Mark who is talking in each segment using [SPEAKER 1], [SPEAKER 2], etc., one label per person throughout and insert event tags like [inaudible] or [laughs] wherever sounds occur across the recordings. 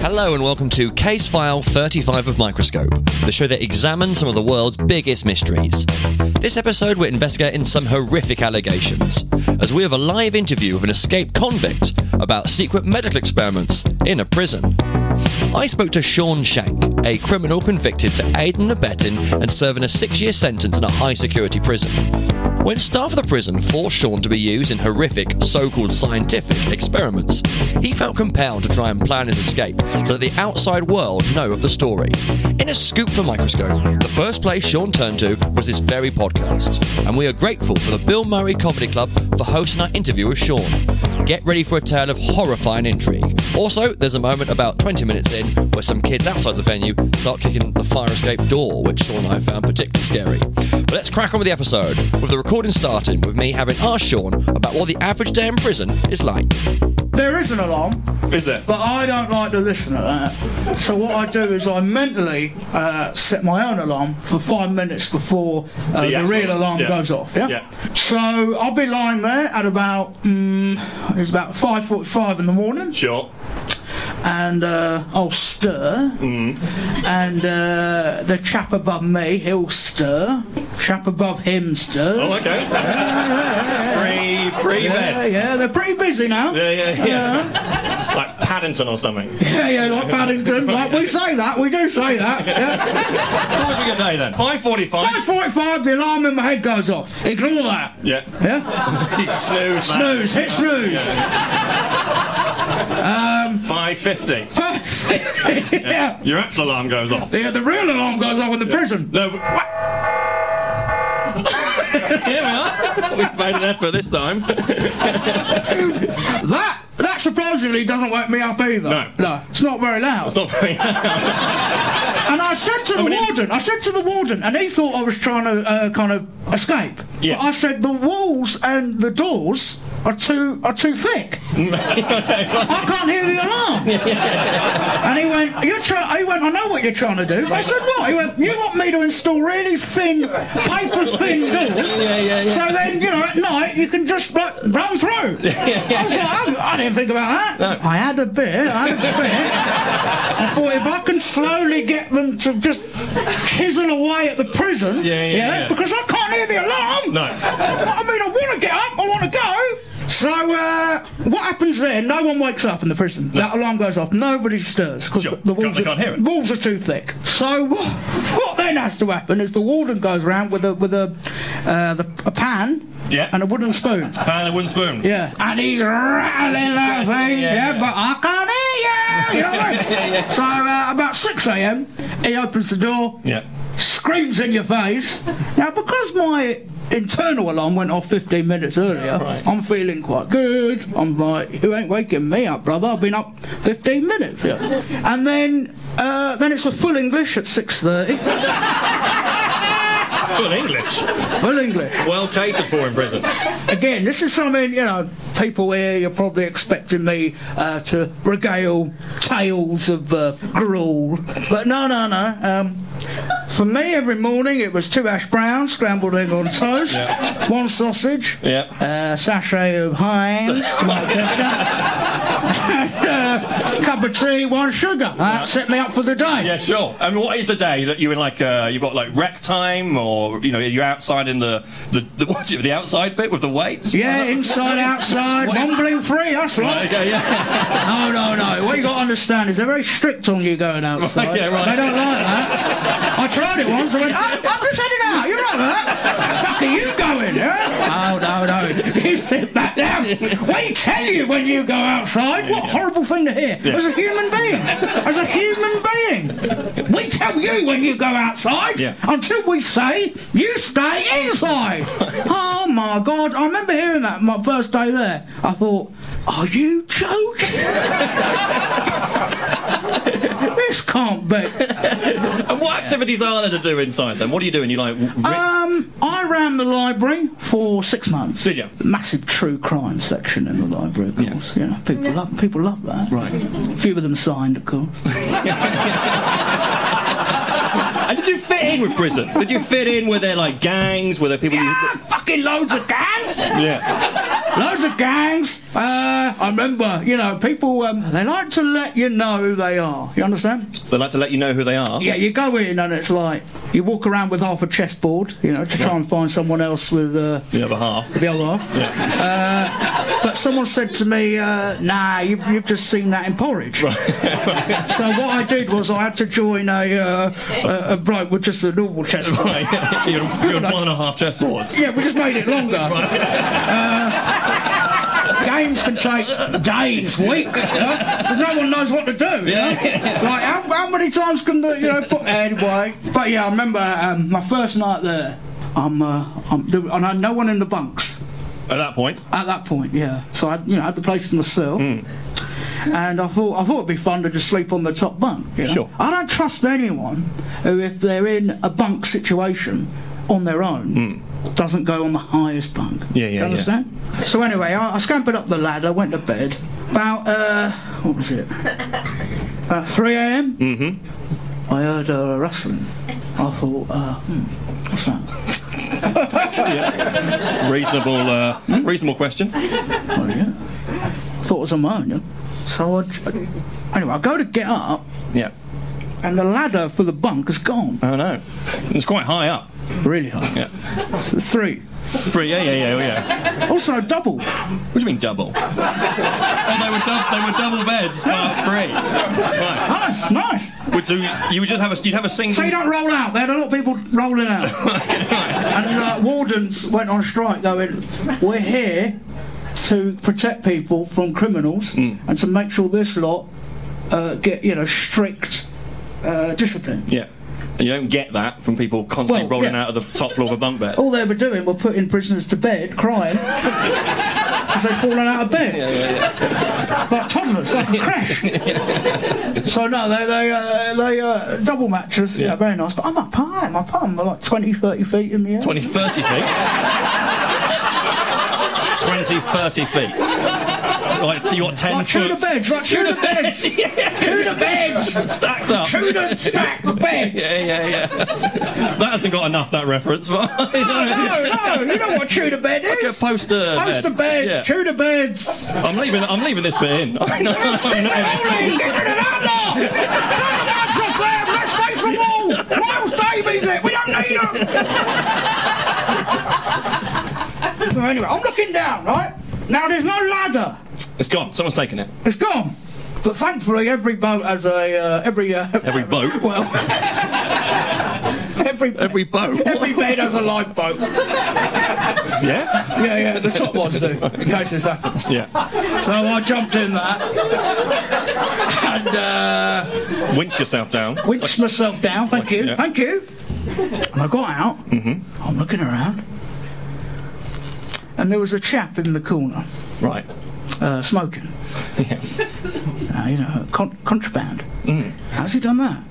[SPEAKER 1] Hello and welcome to Case File 35 of Microscope, the show that examines some of the world's biggest mysteries. This episode, we're investigating some horrific allegations, as we have a live interview with an escaped convict about secret medical experiments in a prison. I spoke to Sean Shank, a criminal convicted for aiding and abetting and serving a six year sentence in a high security prison. When staff of the prison forced Sean to be used in horrific, so called scientific experiments, he felt compelled to try and plan his escape so that the outside world know of the story. In a scoop for Microscope, the first place Sean turned to was this very podcast, and we are grateful for the Bill Murray Comedy Club for hosting our interview with Sean. Get ready for a tale of horrifying intrigue. Also, there's a moment about 20 minutes in where some kids outside the venue start kicking the fire escape door, which Sean and I found particularly scary. But let's crack on with the episode, with the recording starting with me having asked Sean about what the average day in prison is like.
[SPEAKER 2] There is an alarm,
[SPEAKER 3] Is there?
[SPEAKER 2] but I don't like to listen to that. So what I do is I mentally uh, set my own alarm for five minutes before uh, the,
[SPEAKER 3] The actual-
[SPEAKER 2] real alarm
[SPEAKER 3] yeah.
[SPEAKER 2] goes off. Yeah?
[SPEAKER 3] Yeah.
[SPEAKER 2] So I'll be lying there at about mm it's about five forty-five in the morning,
[SPEAKER 3] Sure.
[SPEAKER 2] and uh, I'll stir,
[SPEAKER 3] Mm-hmm.
[SPEAKER 2] and uh, the chap above me he'll stir, chap above him stirs.
[SPEAKER 3] Oh, okay. free, free
[SPEAKER 2] yeah,
[SPEAKER 3] beds.
[SPEAKER 2] yeah, they're pretty busy now.
[SPEAKER 3] Yeah, yeah, yeah. like Paddington or something.
[SPEAKER 2] [laughs] Yeah, yeah, like Paddington. Like
[SPEAKER 3] [laughs]
[SPEAKER 2] we say that, we do say that. Yeah.
[SPEAKER 3] What was we gonna do then? Five forty-five.
[SPEAKER 2] 5:45, the alarm in my head goes off. Ignore that.
[SPEAKER 3] Yeah.
[SPEAKER 2] Yeah.
[SPEAKER 3] You snooze.
[SPEAKER 2] Snooze. Hit snooze.
[SPEAKER 3] Five fifty.
[SPEAKER 2] yeah.
[SPEAKER 3] Your actual alarm goes off.
[SPEAKER 2] Yeah, the real alarm goes off in the prison.
[SPEAKER 3] No. but- wha- [laughs] Here we are. We've made an effort this time.
[SPEAKER 2] That that surprisingly doesn't wake me up either.
[SPEAKER 3] No.
[SPEAKER 2] no, it's not very loud.
[SPEAKER 3] Stop. [laughs]
[SPEAKER 2] And I said to the
[SPEAKER 3] mean, it-
[SPEAKER 2] warden, I said to the warden, and he thought I was trying to uh, kind of escape.
[SPEAKER 3] Yeah.
[SPEAKER 2] But I said the walls and the doors are too are too thick. I can't hear the alarm. and he went, you're trying. He went, I know what you're trying to do. I said what? He went, you want me to install really thin, paper thin doors?
[SPEAKER 1] Yeah, yeah, yeah.
[SPEAKER 2] So then you know at night you can just like
[SPEAKER 1] [laughs]
[SPEAKER 2] run through. I was like, "I'm- I didn't think about that. I had a beer. I had a beer. I thought if I can slowly get them to just chisel away at the prison,
[SPEAKER 3] Yeah, yeah, yeah.
[SPEAKER 2] because I can't hear the alarm.
[SPEAKER 3] No.
[SPEAKER 2] What I mean, I want to get up. I want to go. So uh, what happens then? No one wakes up in the prison. That alarm goes off. Nobody stirs because
[SPEAKER 3] Sure.
[SPEAKER 2] the, the walls
[SPEAKER 3] They
[SPEAKER 2] are,
[SPEAKER 3] can't hear it.
[SPEAKER 2] walls are too thick. So what, what then has to happen is the warden goes around with a with a uh, the, a pan
[SPEAKER 3] Yeah.
[SPEAKER 2] and a wooden spoon.
[SPEAKER 3] Pan and wooden spoon.
[SPEAKER 2] Yeah. And he's rattling that thing. Yeah,
[SPEAKER 3] Yeah, yeah.
[SPEAKER 2] but I can't hear you. You know what I
[SPEAKER 3] [laughs]
[SPEAKER 2] mean? So uh, about 6 a.m., he opens the door,
[SPEAKER 3] Yeah.
[SPEAKER 2] screams in your face. Now, because my internal alarm went off 15 minutes earlier, I'm feeling quite good. I'm like, you ain't waking me up, brother. I've been up 15 minutes. Yeah. And then, uh, then it's a full English at 6.30.
[SPEAKER 3] Full English.
[SPEAKER 2] Full English.
[SPEAKER 3] Well catered for in prison.
[SPEAKER 2] Again, this is something, you know, people here, you're probably expecting me uh, to regale tales of uh, gruel. But no, no, no. Um, for me, every morning it was two ash browns, scrambled egg on toast,
[SPEAKER 3] Yeah.
[SPEAKER 2] one sausage,
[SPEAKER 3] Yeah.
[SPEAKER 2] uh, sachet of Heinz, tomato ketchup, and uh, cup of tea, one sugar. That set me up for the day.
[SPEAKER 3] Yeah, sure. I mean, what is the day that you're in? Like, uh, you've got like rec time, or you know, you're outside in the the, the [laughs] what's it, the outside bit with the weights.
[SPEAKER 2] Yeah, inside, outside,
[SPEAKER 3] What is-
[SPEAKER 2] mumbling free, that's right.
[SPEAKER 3] Okay, yeah.
[SPEAKER 2] No, no, no. What you got to understand is they're very strict on you going outside.
[SPEAKER 3] Okay, right.
[SPEAKER 2] They don't like that. I tried it once. I went, oh, I'm just heading out. You're right, that. Back to you going, yeah? Oh, no, no. [laughs] You sit back down. We tell you when you go outside. what a horrible thing to hear. As a human being. As a human being. We tell you when you go outside
[SPEAKER 3] Yeah.
[SPEAKER 2] until we say you stay [laughs] inside. oh my God. I remember hearing that my first day there. I thought, are you joking? [laughs] this can't be.
[SPEAKER 3] And what activities are there to do inside then? What are you doing? You like. w- re-
[SPEAKER 2] Um, I ran the library for six months.
[SPEAKER 3] Did you?
[SPEAKER 2] Massive true crime section in the library, of course. Yeah, people love people love that. Right. A few of them signed, of course.
[SPEAKER 3] and did you fit in with prison? Did you fit in? Were there like gangs? Were there
[SPEAKER 2] [laughs]
[SPEAKER 3] people
[SPEAKER 2] yeah, fucking loads of gangs.
[SPEAKER 3] you. Yeah.
[SPEAKER 2] loads of gangs. Uh, I remember, you know, people um, they like to let you know who they are. You understand?
[SPEAKER 3] They like to let you know who they are.
[SPEAKER 2] Yeah, you go in and it's like you walk around with half a chessboard, you know, to try and find someone else with. Uh,
[SPEAKER 3] The other half. [laughs]
[SPEAKER 2] the other half. Uh, but someone said to me, uh, "Nah, you, you've just seen that in porridge." so what I did was I had to join a uh, a, a bloke with just a normal chest.
[SPEAKER 3] Right. you're you're on one and a half chessboards.
[SPEAKER 2] Yeah, we just made it longer. Uh, games can take days, weeks, because no one knows what to do. you know? Like, how, how many times can the, you know, put, anyway. But yeah, I remember um, my first night there, I'm, uh, I'm, there, and I had no one in the bunks.
[SPEAKER 3] At that point.
[SPEAKER 2] At that point, yeah. So I, you know, had the place to myself.
[SPEAKER 3] Mm.
[SPEAKER 2] And I thought, I thought it'd be fun to just sleep on the top bunk. you know?
[SPEAKER 3] Sure.
[SPEAKER 2] I don't trust anyone who, if they're in a bunk situation on their own, doesn't go on the highest bunk.
[SPEAKER 3] Mm. Yeah, yeah,
[SPEAKER 2] You understand? So anyway, I, I scampered up the ladder, went to bed. About uh, what was it? About 3 a.m. Mm-hmm. I heard a rustling. I thought, uh, hmm, what's that?
[SPEAKER 3] Reasonable. Uh, reasonable question.
[SPEAKER 2] Oh, yeah. Thought it was ammonia. So I, I- anyway, I go to get up,
[SPEAKER 3] Yeah.
[SPEAKER 2] and the ladder for the bunk is gone.
[SPEAKER 3] Oh no. It's quite high up.
[SPEAKER 2] Really high.
[SPEAKER 3] Yeah.
[SPEAKER 2] It's a Three.
[SPEAKER 3] Three. Yeah. Yeah. Yeah. Yeah.
[SPEAKER 2] Also double.
[SPEAKER 3] What do you mean [laughs] double? oh, they were, dou- they were double beds, but free. Right.
[SPEAKER 2] Nice, nice.
[SPEAKER 3] Would- So you would just have a you'd have a single.
[SPEAKER 2] So you don't roll out. They had a lot of people rolling out. and uh, wardens went on strike going, we're here to protect people from criminals and to make sure this lot uh, get, you know, strict uh, discipline.
[SPEAKER 3] Yeah. And you don't get that from people constantly
[SPEAKER 2] Well,
[SPEAKER 3] rolling
[SPEAKER 2] yeah. Oh.
[SPEAKER 3] out of the top floor of a bunk bed.
[SPEAKER 2] All they were doing were putting prisoners to bed, crying. Because they'd fallen out of bed. Like toddlers, like a crash. So, no, they, they, uh, they uh, double mattress, yeah. very nice. But I'm up high, my palm, I'm like 20, 30 feet in the air.
[SPEAKER 3] 20, 30 feet. 20, 30 feet. Right, so you got 10
[SPEAKER 2] Like
[SPEAKER 3] foot.
[SPEAKER 2] Tudor beds, like Tudor beds!
[SPEAKER 3] [laughs]
[SPEAKER 2] Tudor beds!
[SPEAKER 3] Stacked up.
[SPEAKER 2] Tudor stacked beds!
[SPEAKER 3] [laughs] Yeah, yeah, yeah. That hasn't got enough, that reference, but. [laughs]
[SPEAKER 2] No, no, you know what Tudor bed is!
[SPEAKER 3] A poster.
[SPEAKER 2] Poster
[SPEAKER 3] bed.
[SPEAKER 2] beds, Tudor beds!
[SPEAKER 3] Yeah. I'm leaving. I'm leaving this bit in. [laughs] I know. I know.
[SPEAKER 2] Get rid of that lot! Turn the lights off there! Let's face the wall! Miles Davies it! We don't need him! [laughs] so anyway, I'm looking down, right? Now there's no ladder.
[SPEAKER 3] It's gone. Someone's taken it.
[SPEAKER 2] It's gone. But thankfully, every boat has a uh, every uh, [laughs]
[SPEAKER 3] Every boat.
[SPEAKER 2] well every
[SPEAKER 3] Every boat.
[SPEAKER 2] every bed has a lifeboat. Yeah,
[SPEAKER 3] Yeah.
[SPEAKER 2] yeah, the top ones do. In case this happens.
[SPEAKER 3] Yeah.
[SPEAKER 2] So I jumped in that [laughs] and. Uh,
[SPEAKER 3] Winch yourself down.
[SPEAKER 2] winched myself down. Thank you,
[SPEAKER 3] Yeah. Mm-hmm.
[SPEAKER 2] thank you. And I got out. I'm looking around, and there was a chap in the corner
[SPEAKER 3] Right.
[SPEAKER 2] uh, smoking.
[SPEAKER 3] Yeah. Mm.
[SPEAKER 2] Uh, you know, con- contraband. How's he done that?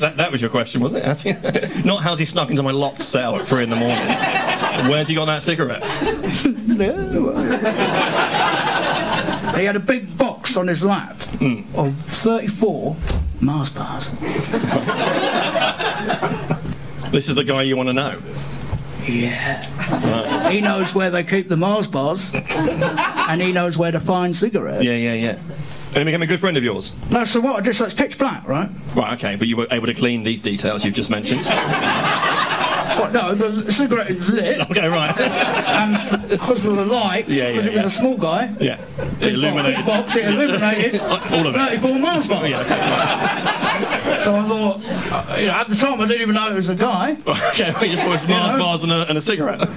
[SPEAKER 3] That, that was your question, was it? [laughs] Not how's he snuck into my locked cell at three in the morning. Where's he got that cigarette?
[SPEAKER 2] he had a big box on his lap
[SPEAKER 3] Mm.
[SPEAKER 2] of 34 Mars bars.
[SPEAKER 3] This is the guy you want to know.
[SPEAKER 2] Yeah. He knows where they keep the Mars bars, and he knows where to find cigarettes.
[SPEAKER 3] Yeah, yeah, yeah. And he became a good friend of yours.
[SPEAKER 2] No, so what? I did- so it's pitch black, right?
[SPEAKER 3] Right, okay, but you were able to clean these details you've just mentioned.
[SPEAKER 2] What? No, the cigarette is lit.
[SPEAKER 3] Okay, right.
[SPEAKER 2] and because of the light,
[SPEAKER 3] Yeah, yeah,
[SPEAKER 2] because it was
[SPEAKER 3] yeah.
[SPEAKER 2] a small guy,
[SPEAKER 3] Yeah.
[SPEAKER 2] big
[SPEAKER 3] It illuminated.
[SPEAKER 2] box, big box, it illuminated
[SPEAKER 3] [laughs] All of it.
[SPEAKER 2] 34 miles box.
[SPEAKER 3] Yeah, okay.
[SPEAKER 2] So I thought, uh, you know, at the time I didn't even
[SPEAKER 3] [laughs]
[SPEAKER 2] know it was a guy.
[SPEAKER 3] okay, we just bought some Mars
[SPEAKER 2] know?
[SPEAKER 3] bars and a, and a cigarette.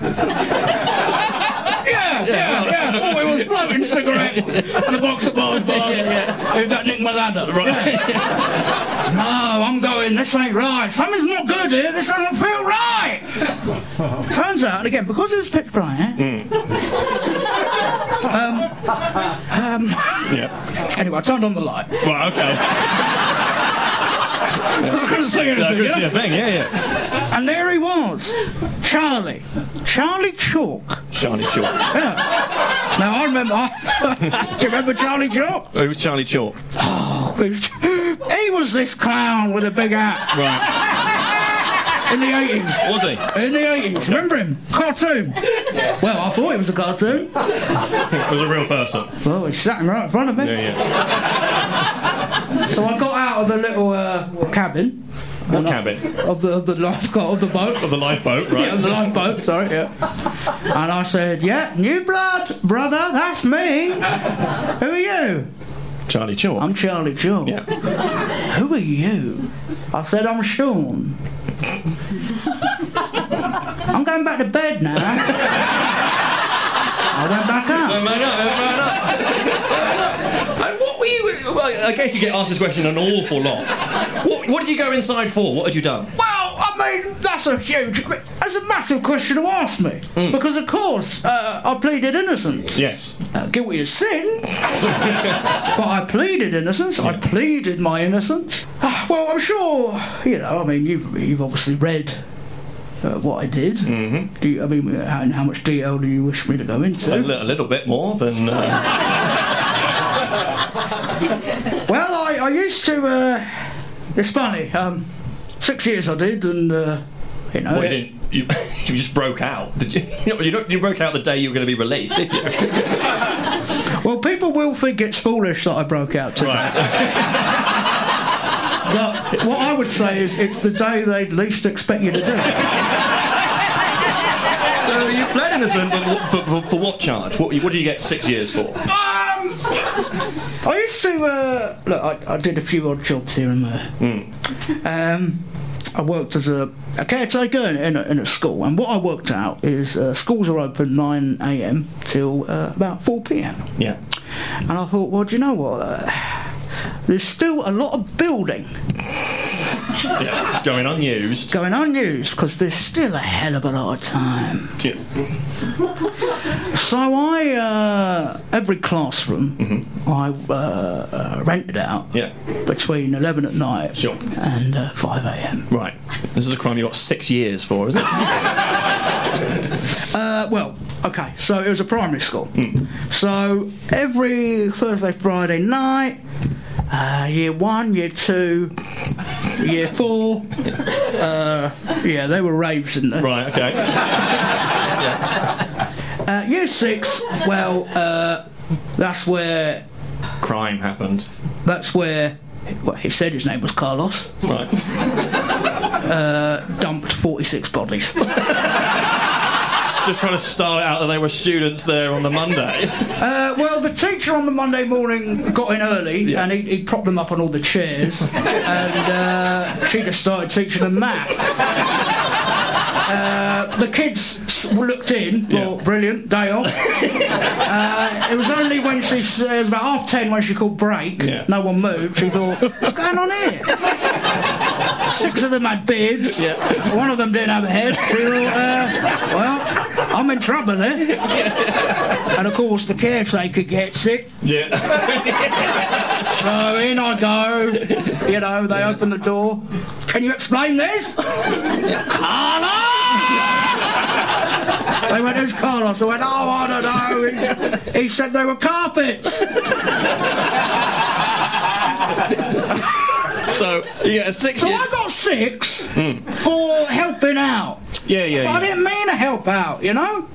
[SPEAKER 2] floating
[SPEAKER 3] [laughs]
[SPEAKER 2] cigarette and a box of bars bars. Who got nicked my ladder, right?
[SPEAKER 3] [laughs]
[SPEAKER 2] no, I'm going, this ain't right. Something's not good here, this doesn't feel
[SPEAKER 3] [laughs]
[SPEAKER 2] right. Turns out, and again, because it was pitch black,
[SPEAKER 3] Mm. Yeah.
[SPEAKER 2] anyway, I turned on the light. [laughs]
[SPEAKER 3] Well, okay.
[SPEAKER 2] Because I couldn't see anything.
[SPEAKER 3] I
[SPEAKER 2] you
[SPEAKER 3] could
[SPEAKER 2] know?
[SPEAKER 3] see a thing. Yeah, yeah.
[SPEAKER 2] And there he was, Charlie, Charlie Chalk.
[SPEAKER 3] Charlie Chalk.
[SPEAKER 2] Yeah. Now I remember. I, do you remember [laughs] Charlie Chalk?
[SPEAKER 3] Oh, It was Charlie Chalk.
[SPEAKER 2] He was this clown with a big hat
[SPEAKER 3] Right.
[SPEAKER 2] in the 80s.
[SPEAKER 3] Was he?
[SPEAKER 2] In the 80s, remember him? Cartoon. Well, I thought it was a cartoon.
[SPEAKER 3] Was a real person.
[SPEAKER 2] Well, he sat him right in front of me.
[SPEAKER 3] Yeah, yeah.
[SPEAKER 2] So I got out of the little uh, cabin.
[SPEAKER 3] What cabin?
[SPEAKER 2] Of the, of the lifeguard of the boat.
[SPEAKER 3] Of the lifeboat, right?
[SPEAKER 2] Yeah, on the lifeboat, sorry, yeah. And I said, Yeah, new blood, brother, that's me. Who are you?
[SPEAKER 3] Charlie Chalk.
[SPEAKER 2] I'm Charlie John.
[SPEAKER 3] Yeah.
[SPEAKER 2] [laughs] Who are you? I said, I'm Sean. I'm going back to bed now. I went back
[SPEAKER 3] No,
[SPEAKER 2] up.
[SPEAKER 3] man up, man up, [laughs] man up. And what were you? Well, I guess you get asked this question an awful lot. What, what did you go inside for? What had you done?
[SPEAKER 2] Well, I mean, that's a huge, that's a massive question to ask me. Because, of course, uh, I pleaded innocent.
[SPEAKER 3] Yes.
[SPEAKER 2] Uh, guilty of sin. but I pleaded innocence. I pleaded my innocence. Ah, well, I'm sure, you know, I mean, you've, you've obviously read. Uh, what I did. Mm-hmm. Do you, I mean, how, and how much detail do you wish me to go into?
[SPEAKER 3] A, li- a little bit more than. Uh,
[SPEAKER 2] Well, I, I used to. Uh, it's funny. Um, six years I did, and uh, you know.
[SPEAKER 3] well, you didn't. You, [laughs] you just broke out. Did you? [laughs] You, know, you, don't- you broke out the day you were going to be released, did you?
[SPEAKER 2] well, people will think it's foolish that I broke out. To
[SPEAKER 3] Right.
[SPEAKER 2] [laughs] But what I would say is, it's the day they least expect you to do.
[SPEAKER 3] [laughs] So you pled innocent, but what- for, for, for what charge? What, what do you get six years for?
[SPEAKER 2] Um, I used to uh, look. I, I did a few odd jobs here and there.
[SPEAKER 3] Hmm.
[SPEAKER 2] Um, I worked as a, a caretaker in, in, a, in a school, and what I worked out is uh, schools are open 9 a.m. till uh, about 4 p.m.
[SPEAKER 3] Yeah.
[SPEAKER 2] And I thought, well, do you know what? Uh, there's still a lot of building
[SPEAKER 3] yeah. Going unused.
[SPEAKER 2] going unused because there's still a hell of a lot of time.
[SPEAKER 3] Yeah.
[SPEAKER 2] So I, uh, every classroom, I uh, uh, rented out
[SPEAKER 3] Mm-hmm. Yeah.
[SPEAKER 2] between 11 at night
[SPEAKER 3] Sure.
[SPEAKER 2] and uh, 5 a.m.
[SPEAKER 3] Right. This is a crime you got six years for, [laughs] is it?
[SPEAKER 2] Uh, well, okay, so it was a primary school. So every Thursday, Friday night, uh, year one, year two, year four, uh, yeah, they were raves in there.
[SPEAKER 3] Right. Okay.
[SPEAKER 2] Uh, year six, well, uh, that's where
[SPEAKER 3] Crime happened.
[SPEAKER 2] that's where well, he said his name was Carlos.
[SPEAKER 3] Right.
[SPEAKER 2] Dumped forty six bodies. [laughs]
[SPEAKER 3] just trying to style it out that they were students there on the Monday.
[SPEAKER 2] Uh, well, the teacher on the Monday morning got in early
[SPEAKER 3] Yeah.
[SPEAKER 2] and he, he propped them up on all the
[SPEAKER 3] [laughs]
[SPEAKER 2] chairs, and uh, she just started teaching them maths. Uh, the kids s- looked in, thought,
[SPEAKER 3] Yeah.
[SPEAKER 2] brilliant, day
[SPEAKER 3] [laughs]
[SPEAKER 2] off. uh, it was only when she, s- it was about half ten when she called break,
[SPEAKER 3] Yeah.
[SPEAKER 2] no one moved, she thought, what's going on here? Six of them had beards,
[SPEAKER 3] Yeah.
[SPEAKER 2] one of them didn't have a head. She thought, uh, well, I'm in trouble here. And of course, the caretaker gets it.
[SPEAKER 3] Yeah.
[SPEAKER 2] [laughs] So in I go. You know, they open the door. Can you explain this? Carlos! they went, who's Carlos? I went, oh, I don't know. He, he said they were carpets.
[SPEAKER 3] So you get a six
[SPEAKER 2] So
[SPEAKER 3] year.
[SPEAKER 2] I got six for helping out.
[SPEAKER 3] Yeah, Hmm. yeah,
[SPEAKER 2] But I
[SPEAKER 3] yeah.
[SPEAKER 2] didn't mean to help out, you know?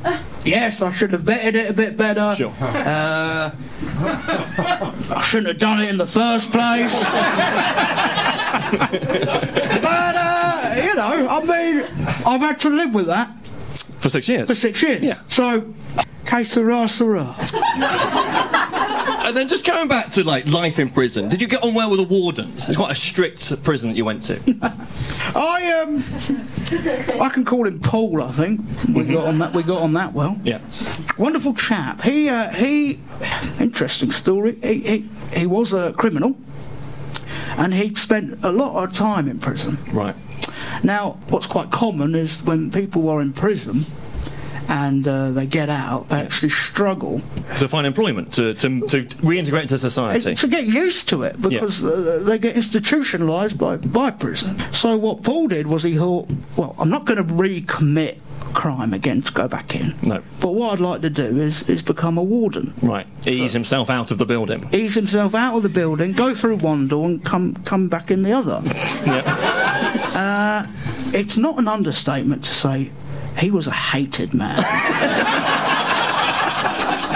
[SPEAKER 2] Yes, I should have vetted it a bit better.
[SPEAKER 3] Sure.
[SPEAKER 2] Uh, I shouldn't have done it in the first place.
[SPEAKER 3] [laughs]
[SPEAKER 2] but, uh, you know, I mean, I've had to live with that
[SPEAKER 3] For six years.
[SPEAKER 2] for six years.
[SPEAKER 3] Yeah.
[SPEAKER 2] So, case sera, sera.
[SPEAKER 3] And then just going back to like life in prison, did you get on well with the wardens? It's quite a strict prison that you went to.
[SPEAKER 2] I um, I can call him Paul. I think we got on that. We got on that well.
[SPEAKER 3] Yeah.
[SPEAKER 2] Wonderful chap. He uh, he. Interesting story. He, he he was a criminal, and he'd spent a lot of time in prison.
[SPEAKER 3] Right.
[SPEAKER 2] Now, what's quite common is when people are in prison and uh, they get out, they actually struggle
[SPEAKER 3] To find employment, to, to, to reintegrate into society.
[SPEAKER 2] to get used to it because uh, they get institutionalised by, by prison. So what Paul did was he thought, well, I'm not going to recommit crime again to go back in.
[SPEAKER 3] No.
[SPEAKER 2] But what I'd like to do is, is become a warden.
[SPEAKER 3] Right. Ease himself out of the building.
[SPEAKER 2] Ease himself out of the building, go through one door and come, come back in the other.
[SPEAKER 3] [laughs]
[SPEAKER 2] Uh,
[SPEAKER 3] Yeah.
[SPEAKER 2] It's not an understatement to say he was a hated man.
[SPEAKER 3] [laughs]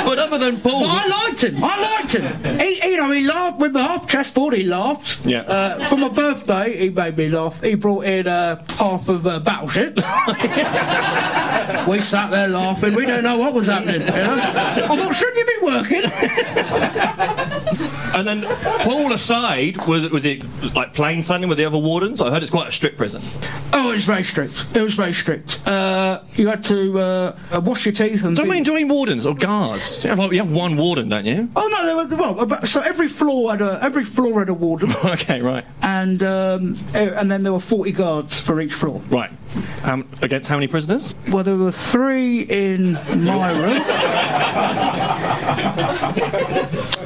[SPEAKER 3] but other than Paul.
[SPEAKER 2] But I liked him. I liked him. He, you know, he laughed with the half chessboard. He laughed.
[SPEAKER 3] Yeah.
[SPEAKER 2] Uh, for my birthday, he made me laugh. He brought in uh, half of uh,
[SPEAKER 3] [laughs]
[SPEAKER 2] Battleship. we sat there laughing. We don't know what was happening. You know? I thought, shouldn't you be working?
[SPEAKER 3] And then Paul aside, was, was it like plain sailing with the other wardens? I heard it's quite a strict prison.
[SPEAKER 2] oh, it was very strict. It was very strict. Uh, you had to uh, uh, wash your teeth and.
[SPEAKER 3] Don't
[SPEAKER 2] be-
[SPEAKER 3] we enjoy wardens or guards? You have, like, you have one warden, don't you? [laughs]
[SPEAKER 2] Oh no! There were, well, about, so every floor had a every floor had a warden,
[SPEAKER 3] Okay, right.
[SPEAKER 2] and um, eh, and then there were forty guards for each floor.
[SPEAKER 3] Right. Um, against how many prisoners?
[SPEAKER 2] Well, there were three in my room.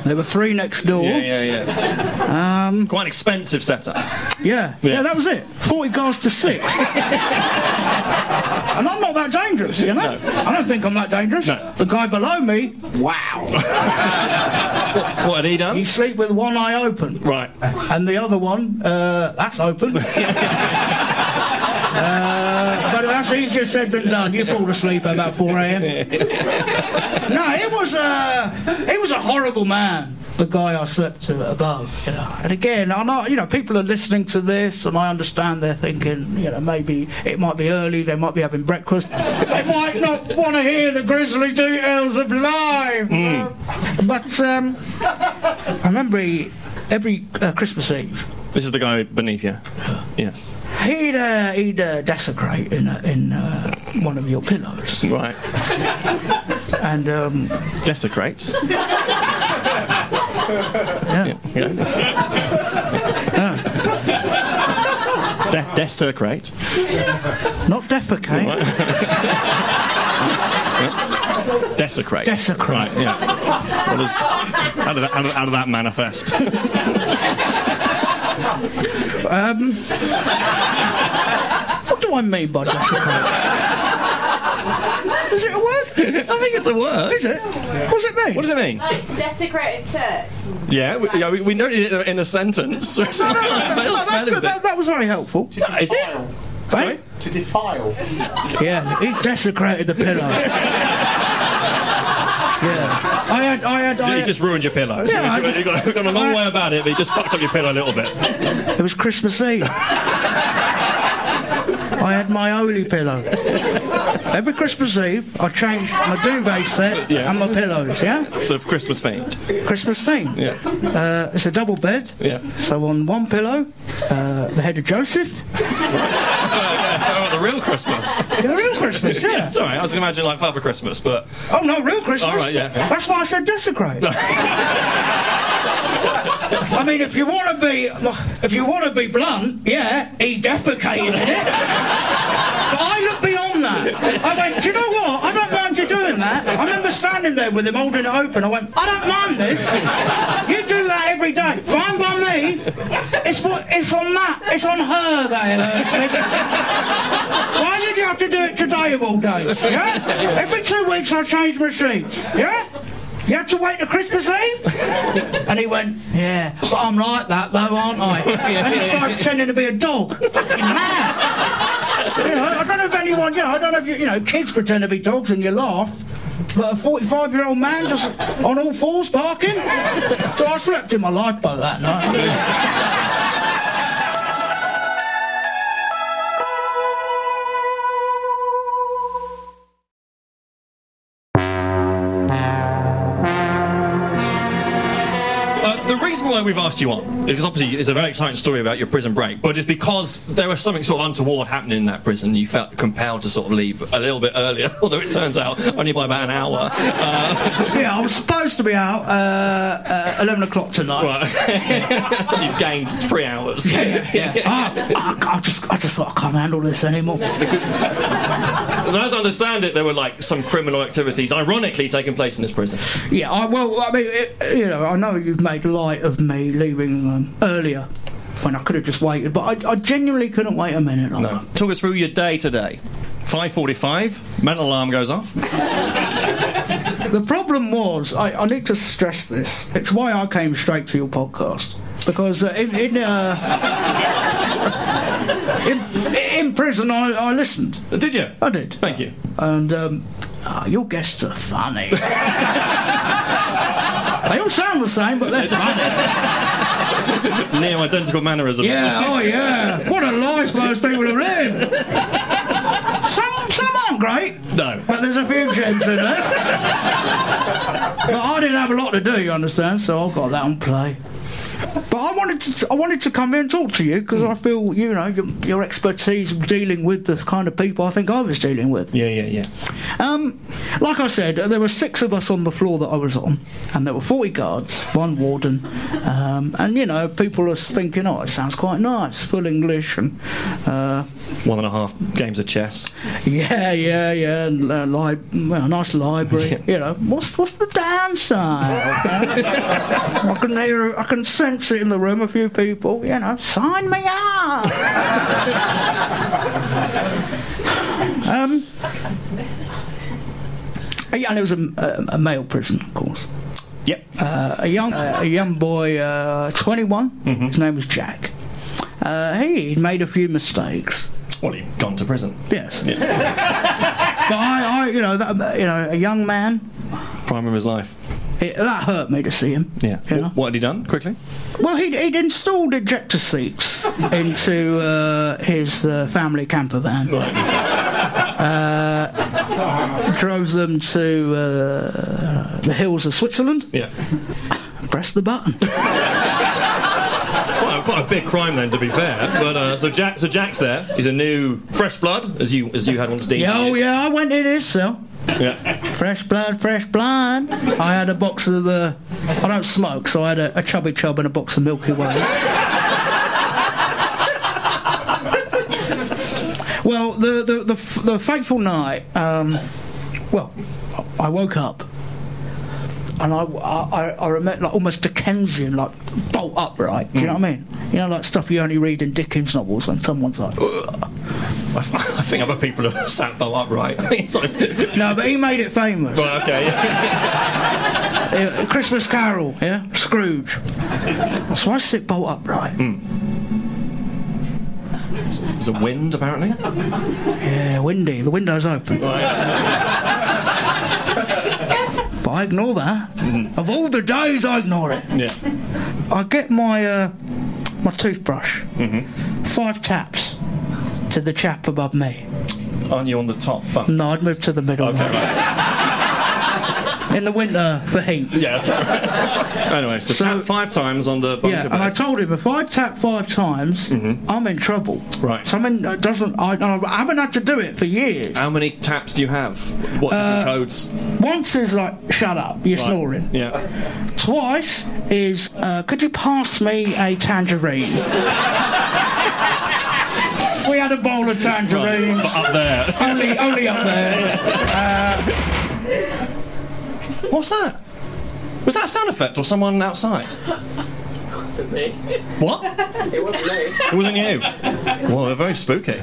[SPEAKER 2] there were three next door. Yeah,
[SPEAKER 3] yeah. Um, quite an expensive setup.
[SPEAKER 2] yeah.
[SPEAKER 3] Yeah.
[SPEAKER 2] that was it. 40 guards to six. and I'm not that dangerous, you know? I don't think I'm that dangerous.
[SPEAKER 3] No.
[SPEAKER 2] The guy below me, wow.
[SPEAKER 3] What had he
[SPEAKER 2] he
[SPEAKER 3] done?
[SPEAKER 2] sleep with one eye open.
[SPEAKER 3] Right.
[SPEAKER 2] And the other one, uh, that's open. [laughs] Uh, but that's easier said than done. You fall asleep at about 4 a.m. no, it was a it was a horrible man. The guy I slept to above, you know. And again, I know you know people are listening to this, and I understand they're thinking, you know, maybe it might be early, they might be having breakfast, they might not want to hear the grisly details of life. But um, I remember he, every uh, Christmas Eve,
[SPEAKER 3] This is the guy beneath you. Yeah.
[SPEAKER 2] He'd uh, he'd uh, desecrate in, uh, in uh, one of your pillows,
[SPEAKER 3] Right.
[SPEAKER 2] and um,
[SPEAKER 3] Desecrate.
[SPEAKER 2] yeah.
[SPEAKER 3] Yeah. De- desecrate.
[SPEAKER 2] not defecate,
[SPEAKER 3] Desecrate.
[SPEAKER 2] Desecrate.
[SPEAKER 3] Right, yeah. What does- how, did that, how, did, how did that [laughs] manifest?
[SPEAKER 2] What do I mean by desecrate? Is it a word?
[SPEAKER 3] I think it's a word.
[SPEAKER 2] Is it? What's it mean?
[SPEAKER 3] What does it mean?
[SPEAKER 4] Like to desecrate a church.
[SPEAKER 3] Yeah, we, yeah, we, we noted it in a- in a sentence. [laughs] It's not a spell-
[SPEAKER 2] Oh, that's
[SPEAKER 3] spelling
[SPEAKER 2] good.
[SPEAKER 3] bit.
[SPEAKER 2] That, that was very helpful.
[SPEAKER 3] Is it? Sorry?
[SPEAKER 5] To defile.
[SPEAKER 2] Yeah, he desecrated the
[SPEAKER 3] [laughs]
[SPEAKER 2] pillow. yeah, I had, I had, I
[SPEAKER 3] You
[SPEAKER 2] had
[SPEAKER 3] just ruined your pillow.
[SPEAKER 2] Yeah,
[SPEAKER 3] you,
[SPEAKER 2] I-
[SPEAKER 3] you got, you got a long
[SPEAKER 2] I-
[SPEAKER 3] way about it, but you just fucked up your pillow a little bit.
[SPEAKER 2] it was Christmas Eve. I had my holy pillow. Every Christmas Eve, I changed my duvet set
[SPEAKER 3] Yeah.
[SPEAKER 2] and my pillows. Yeah.
[SPEAKER 3] It's a Christmas fiend.
[SPEAKER 2] Christmas thing.
[SPEAKER 3] Yeah.
[SPEAKER 2] Uh, it's a double bed.
[SPEAKER 3] Yeah.
[SPEAKER 2] So on one pillow, uh, the head of Joseph.
[SPEAKER 3] Oh, the real Christmas.
[SPEAKER 2] Yeah, the real Christmas, yeah.
[SPEAKER 3] Sorry, I was imagining like Father Christmas, but
[SPEAKER 2] Oh no, real Christmas.
[SPEAKER 3] All right, yeah, yeah.
[SPEAKER 2] That's why I said
[SPEAKER 3] [laughs]
[SPEAKER 2] desecrate. I mean, if you want to be, if you want to be blunt, yeah, he defecated in it. But I looked beyond that. I went, do you know what? I don't mind you doing that. I remember standing there with him holding it open. I went, I don't mind this. You do that every day. Fine by me. It's what, it's on that. It's on her that it hurts me. Why did you have to do it today of all days? Yeah. Every two weeks I change my sheets. Yeah. You have to wait till Christmas Eve? And he went, Yeah, but I'm like that though, aren't I? And he started pretending to be a dog. Fucking mad. You know, I don't know if anyone, you know, I don't know if you, you know, kids pretend to be dogs and you laugh. But a 45 year old man just on all fours barking? So I slept in my lifeboat that night.
[SPEAKER 3] uh, the reason why we've asked you on is obviously it's a very exciting story about your prison break, but it's because there was something sort of untoward happening in that prison. You felt compelled to sort of leave a little bit earlier, [laughs] although it turns out only by about an hour.
[SPEAKER 2] [laughs]
[SPEAKER 3] Uh,
[SPEAKER 2] Yeah, I was supposed to be out uh, uh, 11 o'clock tonight.
[SPEAKER 3] right. [laughs] You've gained three hours.
[SPEAKER 2] Yeah, yeah. Ah, I, I just, I just thought I can't handle this anymore.
[SPEAKER 3] So as I understand it, there were like some criminal activities, ironically, taking place in this prison.
[SPEAKER 2] Yeah, I, well, I mean, it, you know, I know you've made light of me leaving um, earlier when I could have just waited, but I, I genuinely couldn't wait a minute longer.
[SPEAKER 4] Talk us through your day today. 5.45, mental alarm goes off.
[SPEAKER 2] The problem was, I, I need to stress this. It's why I came straight to your podcast because uh, in in, uh, [laughs] in in prison I, I listened.
[SPEAKER 3] Did you?
[SPEAKER 2] I did.
[SPEAKER 3] Thank you.
[SPEAKER 2] And um, ah, your guests are funny. [laughs] they all sound the same, but
[SPEAKER 3] [laughs]
[SPEAKER 2] they're funny.
[SPEAKER 4] Neo identical mannerisms.
[SPEAKER 2] Yeah. Oh yeah. What a life those people have lived. Some some aren't great.
[SPEAKER 4] No.
[SPEAKER 2] But there's a few gems in there. but I didn't have a lot to do, you understand? So I've got that on play. But I wanted to, I wanted to come here and talk to you because I feel, you know, your, your expertise in dealing with the kind of people I think I was dealing with.
[SPEAKER 3] Yeah, yeah, yeah.
[SPEAKER 2] Um, like I said, there were six of us on the floor that I was on, and there were 40 guards, one warden, um, and, you know, people are thinking, oh, it sounds quite nice, full English, and uh,
[SPEAKER 4] One and a half games of chess.
[SPEAKER 2] yeah, yeah, yeah, and, uh, li- well, nice library. you know, what's what's the downside? [laughs] I can hear, I can sense it in the room. A few people, you know, sign me up. [laughs] um, yeah, and it was a, a, a male prison, of course.
[SPEAKER 4] Yep.
[SPEAKER 2] Uh, a young uh, a young boy, uh, 21. His name was Jack. Uh, he'd made a few mistakes.
[SPEAKER 4] Well, he'd gone to prison.
[SPEAKER 2] Yes. but I, I, you know, that, you know, a young man.
[SPEAKER 4] Prime of his life.
[SPEAKER 2] It, that hurt me to see him.
[SPEAKER 4] Yeah.
[SPEAKER 2] You
[SPEAKER 4] Wh-
[SPEAKER 2] know?
[SPEAKER 4] What had he done, quickly?
[SPEAKER 2] Well, he'd, he'd installed ejector seats into uh, his uh, family camper van. Uh, drove them to uh, the hills of Switzerland.
[SPEAKER 3] Yeah.
[SPEAKER 2] Pressed the button.
[SPEAKER 3] Quite a, quite a big crime then, to be fair. But uh, so Jack, so Jack's there. He's a new fresh blood, as you as you had once deemed.
[SPEAKER 2] Yeah, oh yeah, I went in his cell.
[SPEAKER 3] Yeah.
[SPEAKER 2] Fresh blood, fresh blood. I had a box of. Uh, I don't smoke, so I had a, a chubby chub and a box of Milky Ways. well, the the the, f- the fateful night. Um, well, I- I woke up. And I, I, I remember like almost Dickensian, like bolt upright. Do you know what I mean? You know, like stuff you only read in Dickens novels when someone's like,
[SPEAKER 3] I,
[SPEAKER 4] [laughs]
[SPEAKER 3] f- I think other people have sat bolt upright. I mean, it's like- right,
[SPEAKER 2] no, but he made it famous.
[SPEAKER 3] okay. [laughs] Yeah.
[SPEAKER 2] Uh, Christmas Carol, yeah? Scrooge. So I sit bolt upright.
[SPEAKER 4] Hmm.
[SPEAKER 3] There's a wind apparently.
[SPEAKER 2] Yeah, windy. The window's open. but I ignore that.
[SPEAKER 4] Mm-hmm.
[SPEAKER 2] Of all the days, I ignore it.
[SPEAKER 3] Yeah.
[SPEAKER 2] I get my uh, my toothbrush.
[SPEAKER 4] Mm-hmm.
[SPEAKER 2] Five taps to the chap above me.
[SPEAKER 4] Aren't you on the top? But
[SPEAKER 2] No, I'd move to the middle.
[SPEAKER 4] Okay, right.
[SPEAKER 2] In the winter for heat.
[SPEAKER 4] Yeah. okay. anyway, so,
[SPEAKER 2] So-
[SPEAKER 4] tap five times on the bunker
[SPEAKER 2] Yeah, and I
[SPEAKER 4] bed.
[SPEAKER 2] told him if I tap five times, I'm in trouble.
[SPEAKER 4] Mm-hmm. Right.
[SPEAKER 2] Something that doesn't. I, I haven't had to do it for years.
[SPEAKER 4] How many taps do you have? What
[SPEAKER 2] Uh,
[SPEAKER 4] different codes?
[SPEAKER 2] Once is like, shut up, you're snoring.
[SPEAKER 4] Yeah.
[SPEAKER 2] Twice is, uh, could you pass me a
[SPEAKER 4] [laughs]
[SPEAKER 2] tangerine? we had a bowl of tangerines.
[SPEAKER 4] Up
[SPEAKER 2] [laughs]
[SPEAKER 4] there.
[SPEAKER 2] Only, only up there.
[SPEAKER 4] What's that? Was that a sound effect or someone outside? What? [laughs] It wasn't me. It wasn't you. Well, they're very spooky.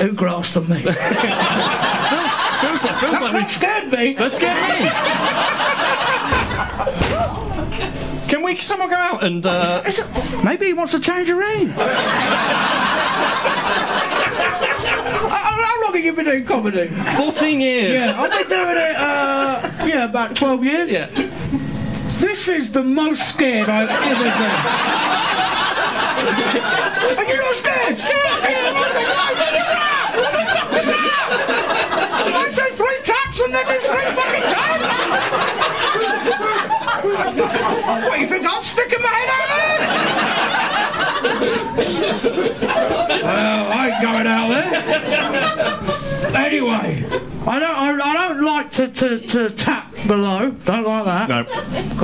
[SPEAKER 2] Who grasped on me? that,
[SPEAKER 4] Feels like, feels like we.
[SPEAKER 2] that scared me.
[SPEAKER 4] Let's get in. Can we? Someone go out and. Uh,
[SPEAKER 2] Is it- maybe he wants a
[SPEAKER 4] [laughs]
[SPEAKER 2] tangerine. How- How how long have you been doing comedy?
[SPEAKER 4] 14 years.
[SPEAKER 2] Yeah, I've been doing it, uh, yeah, about 12 years.
[SPEAKER 4] Yeah.
[SPEAKER 2] This is the most scared I've ever been. Are you not scared? What the fuck was that? I said three taps and then there's three fucking taps! Oh, don't like to, to, to tap below. Don't like that.
[SPEAKER 3] No,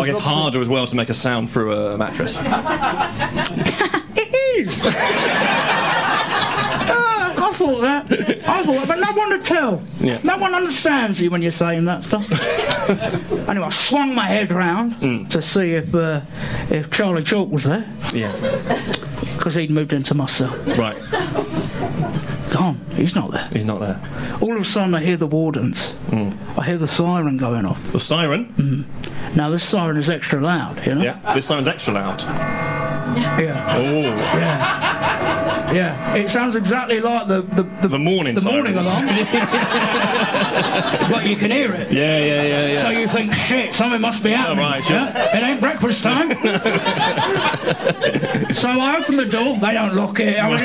[SPEAKER 3] I guess harder as well to make a sound through a mattress.
[SPEAKER 2] It is. [laughs] Ah, I thought that. I thought that, but no one to tell.
[SPEAKER 3] Yeah.
[SPEAKER 2] No one understands you when you're saying that
[SPEAKER 3] [laughs]
[SPEAKER 2] stuff. anyway, I swung my head round
[SPEAKER 3] Mm.
[SPEAKER 2] to see if uh, if Charlie Chalk was there
[SPEAKER 3] Yeah,
[SPEAKER 2] because he'd moved into my cell.
[SPEAKER 3] right.
[SPEAKER 2] Gone. He's not there.
[SPEAKER 3] He's not there.
[SPEAKER 2] All of a sudden, I hear the wardens.
[SPEAKER 3] Mm.
[SPEAKER 2] I hear the siren going off.
[SPEAKER 3] The siren.
[SPEAKER 2] Now this siren is extra loud, you know.
[SPEAKER 3] Yeah, this siren's extra loud.
[SPEAKER 2] Yeah.
[SPEAKER 3] Oh,
[SPEAKER 2] Yeah. Yeah. It sounds exactly like the the the,
[SPEAKER 3] the morning
[SPEAKER 2] the
[SPEAKER 3] siren.
[SPEAKER 2] morning alarm, [laughs] but you can hear it.
[SPEAKER 3] Yeah, yeah, yeah, yeah.
[SPEAKER 2] So you think, shit, something must be happening.
[SPEAKER 3] Oh, right, sure.
[SPEAKER 2] It ain't breakfast time.
[SPEAKER 3] [laughs]
[SPEAKER 2] so I open the door. They don't lock it. I mean,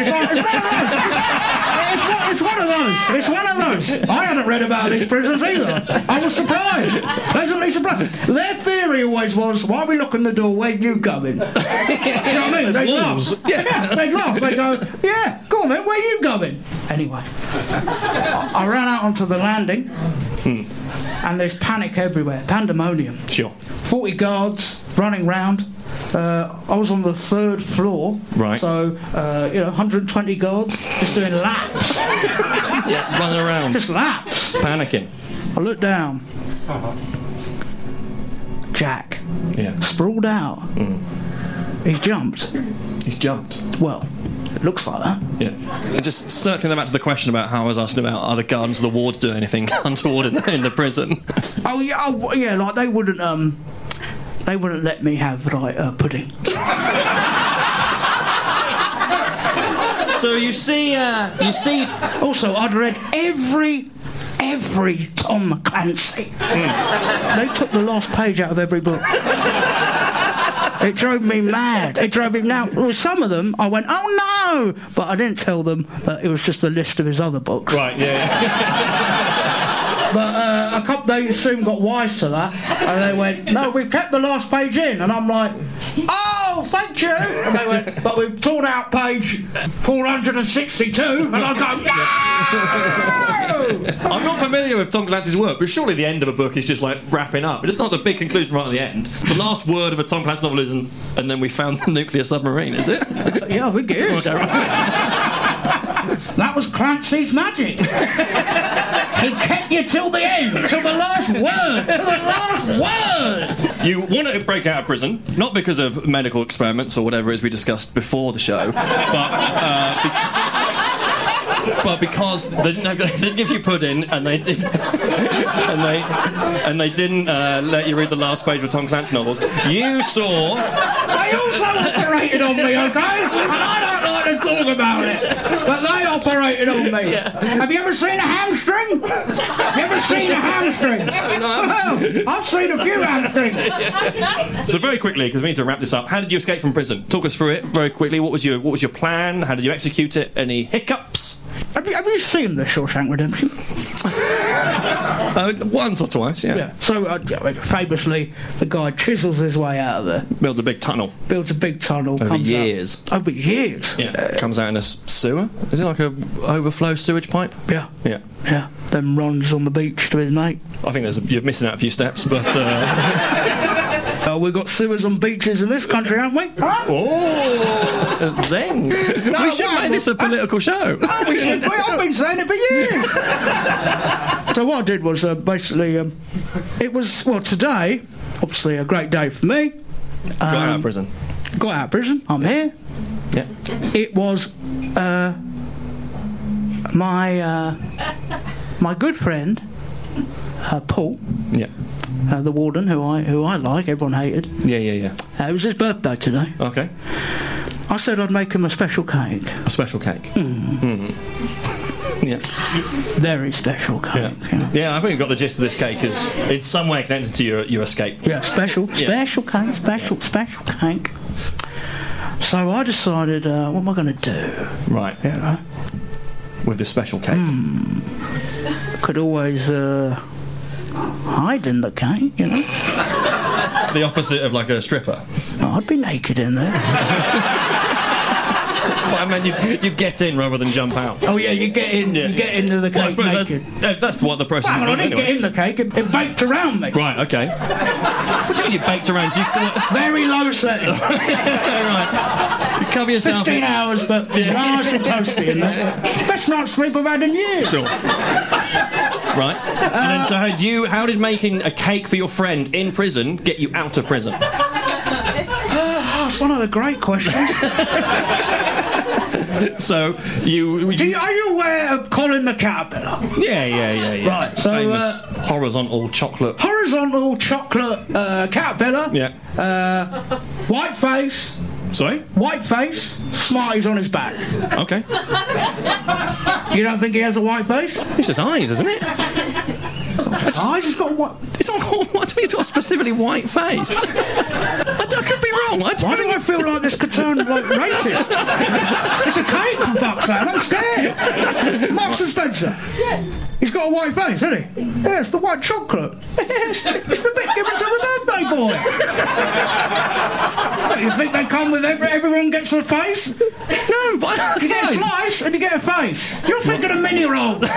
[SPEAKER 2] it's, one, it's one of those. It's, one- it's one of those. It's one of those. I hadn't read about these prisons either. I was surprised. Pleasantly surprised. Their theory always was, why are we locking the door? Where you going? [laughs] Do you know what I mean? They'd
[SPEAKER 3] wolves.
[SPEAKER 2] laugh. Yeah. they'd laugh. They go, yeah, go on then, where you going? Anyway, I, I ran out onto the landing and there's panic everywhere, pandemonium.
[SPEAKER 3] Sure.
[SPEAKER 2] 40 guards running round. Uh, I was on the third floor,
[SPEAKER 3] Right.
[SPEAKER 2] So uh, you know, 120 guards just doing laps,
[SPEAKER 3] Running around,
[SPEAKER 2] just laps.
[SPEAKER 3] panicking.
[SPEAKER 2] I looked down. Jack
[SPEAKER 3] Yeah.
[SPEAKER 2] sprawled out. He's jumped.
[SPEAKER 3] He's jumped.
[SPEAKER 2] Well, it looks like that.
[SPEAKER 3] Yeah. And just circling back to the question about how I was asking about are the guards of the wards doing anything [laughs] untoward in, in the [laughs] prison?
[SPEAKER 2] Oh yeah, oh, w- yeah. Like they wouldn't, um, they wouldn't let me have like uh, pudding.
[SPEAKER 6] So you see, uh, you see,
[SPEAKER 2] Also, I'd read every every Tom Clancy. They took the last page out of every book. It drove me mad. It drove me now. Well, some of them, I went, "Oh no!" But I didn't tell them that it was just a list of his other books.
[SPEAKER 3] Right, yeah.
[SPEAKER 2] But uh, a couple, they soon got wise to that, and they went, "No, we've kept the last page in." And I'm like, "Oh, thank you." And they went, "But we've torn out page 462," and I go, "No!"
[SPEAKER 3] I'm not familiar with Tom Clancy's work, but surely the end of a book is just like wrapping up. It's not the big conclusion right at the end. The last word of a Tom Clancy novel is, and, and then we found the nuclear submarine, is it?
[SPEAKER 2] Yeah, I think it is. [laughs] That was Clancy's magic. he kept you till the end, till the last word, till the last word.
[SPEAKER 3] You want to break out of prison, not because of medical experiments or whatever it is we discussed before the show, but. Uh, be- but because they didn't, have, they didn't give you pudding and they didn't, and they, and they didn't uh, let you read the last page of Tom Clancy novels, you saw
[SPEAKER 2] They also operated on me, okay? And I don't like to talk about it, but they operated on me. Have you ever seen a hamstring? You ever seen a hamstring? Well, [laughs] I've seen a few hamstrings.
[SPEAKER 3] So very quickly, because we need to wrap this up. How did you escape from prison? Talk us through it very quickly. What was your What was your plan? How did you execute it? Any hiccups?
[SPEAKER 2] Have you, have you seen The Shawshank Redemption?
[SPEAKER 3] Uh, once or twice, yeah.
[SPEAKER 2] Yeah. So, uh, famously, the guy chisels his way out of there.
[SPEAKER 3] Builds a big tunnel.
[SPEAKER 2] builds a big tunnel over comes
[SPEAKER 3] years.
[SPEAKER 2] out, over years
[SPEAKER 3] Yeah. Uh, Comes out in a s- sewer. Is it like a overflow sewage pipe?
[SPEAKER 2] yeah
[SPEAKER 3] Yeah.
[SPEAKER 2] yeah then runs on the beach to his mate
[SPEAKER 3] I think there's a, you're missing out a few steps, but uh,
[SPEAKER 2] oh we've got sewers on beaches in this country haven't we huh?
[SPEAKER 3] [laughs] oh, [laughs] zing! we should
[SPEAKER 2] well,
[SPEAKER 3] make this a political [laughs] show.
[SPEAKER 2] Oh, we should- well, I've been saying it for years [laughs] so what I did was uh, basically um, it was well today obviously a great day for me
[SPEAKER 3] Got out of prison.
[SPEAKER 2] got out of prison I'm here
[SPEAKER 3] Yeah.
[SPEAKER 2] it was uh, my uh, my good friend uh, Paul
[SPEAKER 3] Yeah.
[SPEAKER 2] uh, the warden, who I who I like, everyone hated.
[SPEAKER 3] Yeah. Yeah.
[SPEAKER 2] Uh, it was his birthday today.
[SPEAKER 3] Yeah. Okay.
[SPEAKER 2] I said I'd make him a special cake,
[SPEAKER 3] A special cake. Mm. [laughs] yeah.
[SPEAKER 2] very special cake.
[SPEAKER 3] Yeah.
[SPEAKER 2] Yeah,
[SPEAKER 3] yeah, I think we've got the gist of this cake is in some way connected to your, your escape.
[SPEAKER 2] Yeah, special, special cake, special, special cake. So I decided, uh, what am I going to do?
[SPEAKER 3] Right.
[SPEAKER 2] You know,
[SPEAKER 3] With this special cake.
[SPEAKER 2] Hmm. could always uh, hide in the cake, you know.
[SPEAKER 3] The opposite of like a stripper.
[SPEAKER 2] I'd be naked in there.
[SPEAKER 3] But I meant you'd, you'd get in rather than jump out.
[SPEAKER 2] Oh yeah, you get in.
[SPEAKER 3] Yeah,
[SPEAKER 2] you get
[SPEAKER 3] yeah.
[SPEAKER 2] into the
[SPEAKER 3] Well, I
[SPEAKER 2] cake
[SPEAKER 3] suppose
[SPEAKER 2] naked.
[SPEAKER 3] that's, uh, that's what the process
[SPEAKER 2] Hang
[SPEAKER 3] is.
[SPEAKER 2] on, I didn't
[SPEAKER 3] anyway.
[SPEAKER 2] get in the cake. It, it baked around me.
[SPEAKER 3] Right, okay. What do you mean you baked around? So you, [laughs]
[SPEAKER 2] Very low setting.
[SPEAKER 3] right. you cover yourself
[SPEAKER 2] 15
[SPEAKER 3] in.
[SPEAKER 2] hours, but nice and toasty in
[SPEAKER 3] [laughs]
[SPEAKER 2] there. Best night's sleep I've had in years.
[SPEAKER 3] Sure. Right. and then, so how did you? How did making a cake for your friend in prison get you out of prison?
[SPEAKER 2] Oh, that's one of the great questions.
[SPEAKER 3] So you,
[SPEAKER 2] Do
[SPEAKER 3] you
[SPEAKER 2] you, are you aware of Colin the Caterpillar?
[SPEAKER 3] yeah, yeah, yeah, yeah.
[SPEAKER 2] Right, so, uh,
[SPEAKER 3] famous horizontal chocolate.
[SPEAKER 2] Horizontal chocolate uh, caterpillar.
[SPEAKER 3] Yeah.
[SPEAKER 2] Uh, white face.
[SPEAKER 3] Sorry.
[SPEAKER 2] White face. Smarties on his back.
[SPEAKER 3] Okay.
[SPEAKER 2] You don't think he has a white face?
[SPEAKER 3] It's his eyes, isn't it?
[SPEAKER 2] His eyes has got white.
[SPEAKER 3] It's on. [laughs] What? He's got a specifically white face. [laughs] I, don't- I could be wrong. I
[SPEAKER 2] Why do
[SPEAKER 3] don't
[SPEAKER 2] I feel like this could turn like racist? it's a cake for fuck's sake. I'm scared. Marks and Spencer. Yes. He's got a white face, hasn't he? Yeah, it's the white chocolate. it's, it's the bit given to the birthday boy. What, you think they come with every, everyone gets a face?
[SPEAKER 3] know. But I
[SPEAKER 2] You get a
[SPEAKER 3] [laughs] don't know.
[SPEAKER 2] slice and you get a face. You're thinking a mini roll. they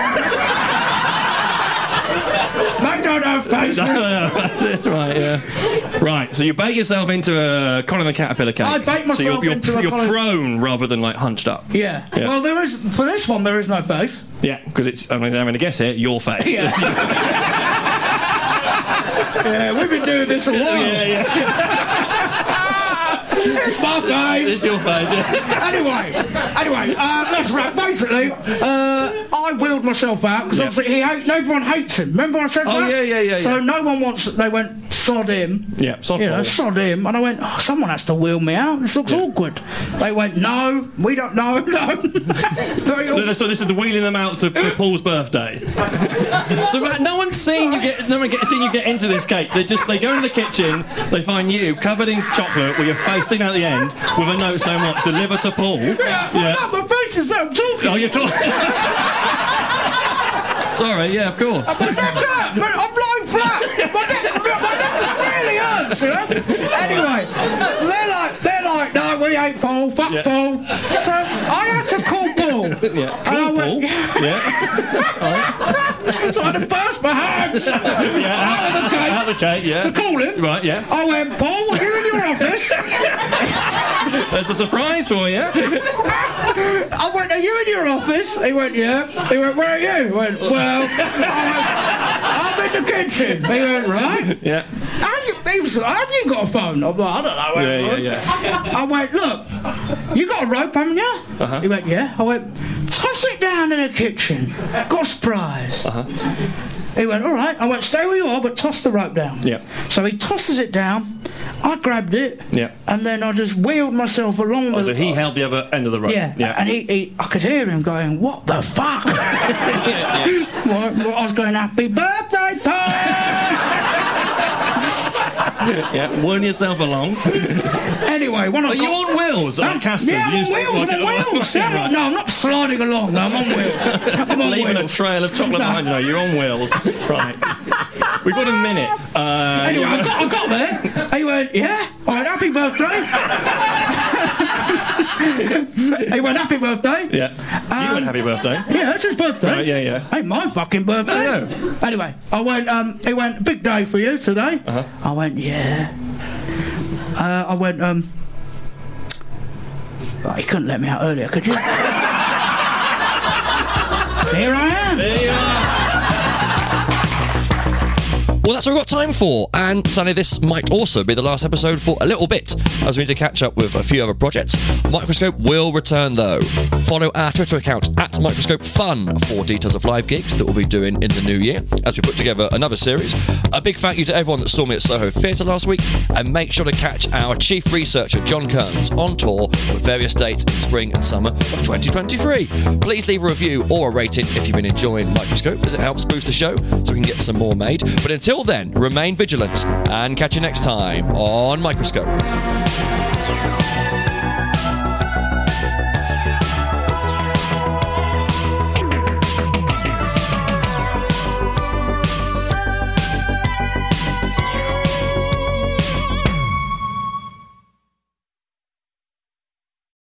[SPEAKER 2] don't have
[SPEAKER 3] [laughs]
[SPEAKER 2] faces.
[SPEAKER 3] That's right, yeah. Right, so you bake yourself into a Colin the Caterpillar cake.
[SPEAKER 2] I bake
[SPEAKER 3] So you're,
[SPEAKER 2] myself
[SPEAKER 3] you're,
[SPEAKER 2] into a
[SPEAKER 3] you're
[SPEAKER 2] Colin-
[SPEAKER 3] prone rather than like hunched up.
[SPEAKER 2] Yeah. Well, there is for this one. There is no face.
[SPEAKER 3] Yeah, because it's, I mean, I'm going to guess it, your face.
[SPEAKER 2] [laughs] Yeah. yeah, we've been doing this a while.
[SPEAKER 3] [laughs] yeah.
[SPEAKER 2] It's my game.
[SPEAKER 3] It's your face. yeah.
[SPEAKER 2] Anyway, anyway, uh, let's wrap. Basically, uh, I wheeled myself out because
[SPEAKER 3] Yeah.
[SPEAKER 2] obviously he hate, no everyone hates him. Remember I said
[SPEAKER 3] Oh,
[SPEAKER 2] that?
[SPEAKER 3] yeah, yeah, yeah,
[SPEAKER 2] So
[SPEAKER 3] yeah.
[SPEAKER 2] no one wants. They went sod him.
[SPEAKER 3] Yeah, sod
[SPEAKER 2] You know,
[SPEAKER 3] Paul.
[SPEAKER 2] sod him. And I went, oh, someone has to wheel me out. This looks awkward. They went, no, we don't know. [laughs] No, It's very
[SPEAKER 3] No, no,
[SPEAKER 2] awkward.
[SPEAKER 3] So this is the wheeling them out to for Paul's birthday. so right, no one's seen you get no one gets seen you get into this cake. They just they go into the kitchen, they find you covered in chocolate with your face sticking out the end with a note saying what deliver to Paul.
[SPEAKER 2] [laughs] Yeah, well, no, my face is out talking.
[SPEAKER 3] Oh, you're talking. [laughs] Sorry, yeah, of course.
[SPEAKER 2] My neck hurt! My, I'm lying flat! My neck, my neck really hurts, you know? Anyway, they're like, they're like, no, we ain't Paul, fuck
[SPEAKER 3] Yeah.
[SPEAKER 2] Paul. So I had to call Paul.
[SPEAKER 3] [laughs] Yeah,
[SPEAKER 2] And I
[SPEAKER 3] cool,
[SPEAKER 2] went- [laughs]
[SPEAKER 3] Paul. Yeah,
[SPEAKER 2] So I had to burst my hands
[SPEAKER 3] yeah.
[SPEAKER 2] out of the cake
[SPEAKER 3] Out of the cake, yeah.
[SPEAKER 2] to call him.
[SPEAKER 3] Right, yeah.
[SPEAKER 2] I went, Paul, were you in your office?
[SPEAKER 3] That's a surprise for you.
[SPEAKER 2] I went, are you in your office? He went, yeah. He went, where are you? He went, well, I went, I'm in the kitchen. He went, right?
[SPEAKER 3] Yeah.
[SPEAKER 2] Have you, he was, like, have you got a phone? I'm like, I don't know.
[SPEAKER 3] Yeah, yeah, yeah.
[SPEAKER 2] I went, look, you got a rope, haven't you?
[SPEAKER 3] Uh-huh.
[SPEAKER 2] He went, yeah. I went, toss it down in the kitchen. Got a surprise.
[SPEAKER 3] Uh-huh.
[SPEAKER 2] He went, all right. I went, stay where you are, but toss the rope down.
[SPEAKER 3] Yeah.
[SPEAKER 2] So he tosses it down. I grabbed it.
[SPEAKER 3] Yeah. Oh,
[SPEAKER 2] And then I just wheeled myself along the.
[SPEAKER 3] So he held the other end of the rope.
[SPEAKER 2] yeah,
[SPEAKER 3] yeah.
[SPEAKER 2] and he, he, I could hear him going, "What the
[SPEAKER 3] [laughs]
[SPEAKER 2] fuck?" [laughs] Well, well, I was going, "Happy birthday,
[SPEAKER 3] [laughs]
[SPEAKER 2] Paul!"
[SPEAKER 3] yeah. Whirl yourself along.
[SPEAKER 2] anyway, when I
[SPEAKER 3] Are you
[SPEAKER 2] got,
[SPEAKER 3] on wheels?
[SPEAKER 2] No,
[SPEAKER 3] Like Castor?
[SPEAKER 2] Yeah, I'm
[SPEAKER 3] You
[SPEAKER 2] on
[SPEAKER 3] just
[SPEAKER 2] wheels.
[SPEAKER 3] walk
[SPEAKER 2] I'm
[SPEAKER 3] it along.
[SPEAKER 2] on
[SPEAKER 3] [laughs]
[SPEAKER 2] wheels. Yeah, I'm not-
[SPEAKER 3] Right.
[SPEAKER 2] no, I'm not sliding along. No, I'm on
[SPEAKER 3] [laughs]
[SPEAKER 2] wheels. I'm on
[SPEAKER 3] Leaving a
[SPEAKER 2] wheels.
[SPEAKER 3] trail of chocolate behind you. No, you're on wheels. Right. We've got a minute. Uh,
[SPEAKER 2] Anyway,
[SPEAKER 3] you
[SPEAKER 2] I got, I got there. He went, yeah. I went, happy birthday. [laughs] he went, happy birthday.
[SPEAKER 3] yeah. you
[SPEAKER 2] Um,
[SPEAKER 3] went happy birthday.
[SPEAKER 2] Yeah, that's his birthday.
[SPEAKER 3] Right, yeah, yeah.
[SPEAKER 2] Ain't my fucking birthday.
[SPEAKER 3] No, no.
[SPEAKER 2] Anyway, I went. Um, he went. Big day for you today.
[SPEAKER 3] Uh-huh.
[SPEAKER 2] I went. Yeah. Uh, I went. Um. oh, he couldn't let me out earlier, could you? [laughs] Here I am.
[SPEAKER 1] Well, that's all we've got time for, and sadly, this might also be the last episode for a little bit, as we need to catch up with a few other projects. Microscope will return, though. Follow our Twitter account at Microscope Fun for details of live gigs that we'll be doing in the new year as we put together another series. A big thank you to everyone that saw me at Soho Theatre last week, and make sure to catch our chief researcher, John Kearns, on tour with various dates in spring and summer of 2023. Please leave a review or a rating if you've been enjoying Microscope, as it helps boost the show so we can get some more made. But until then, remain vigilant and catch you next time on Microscope.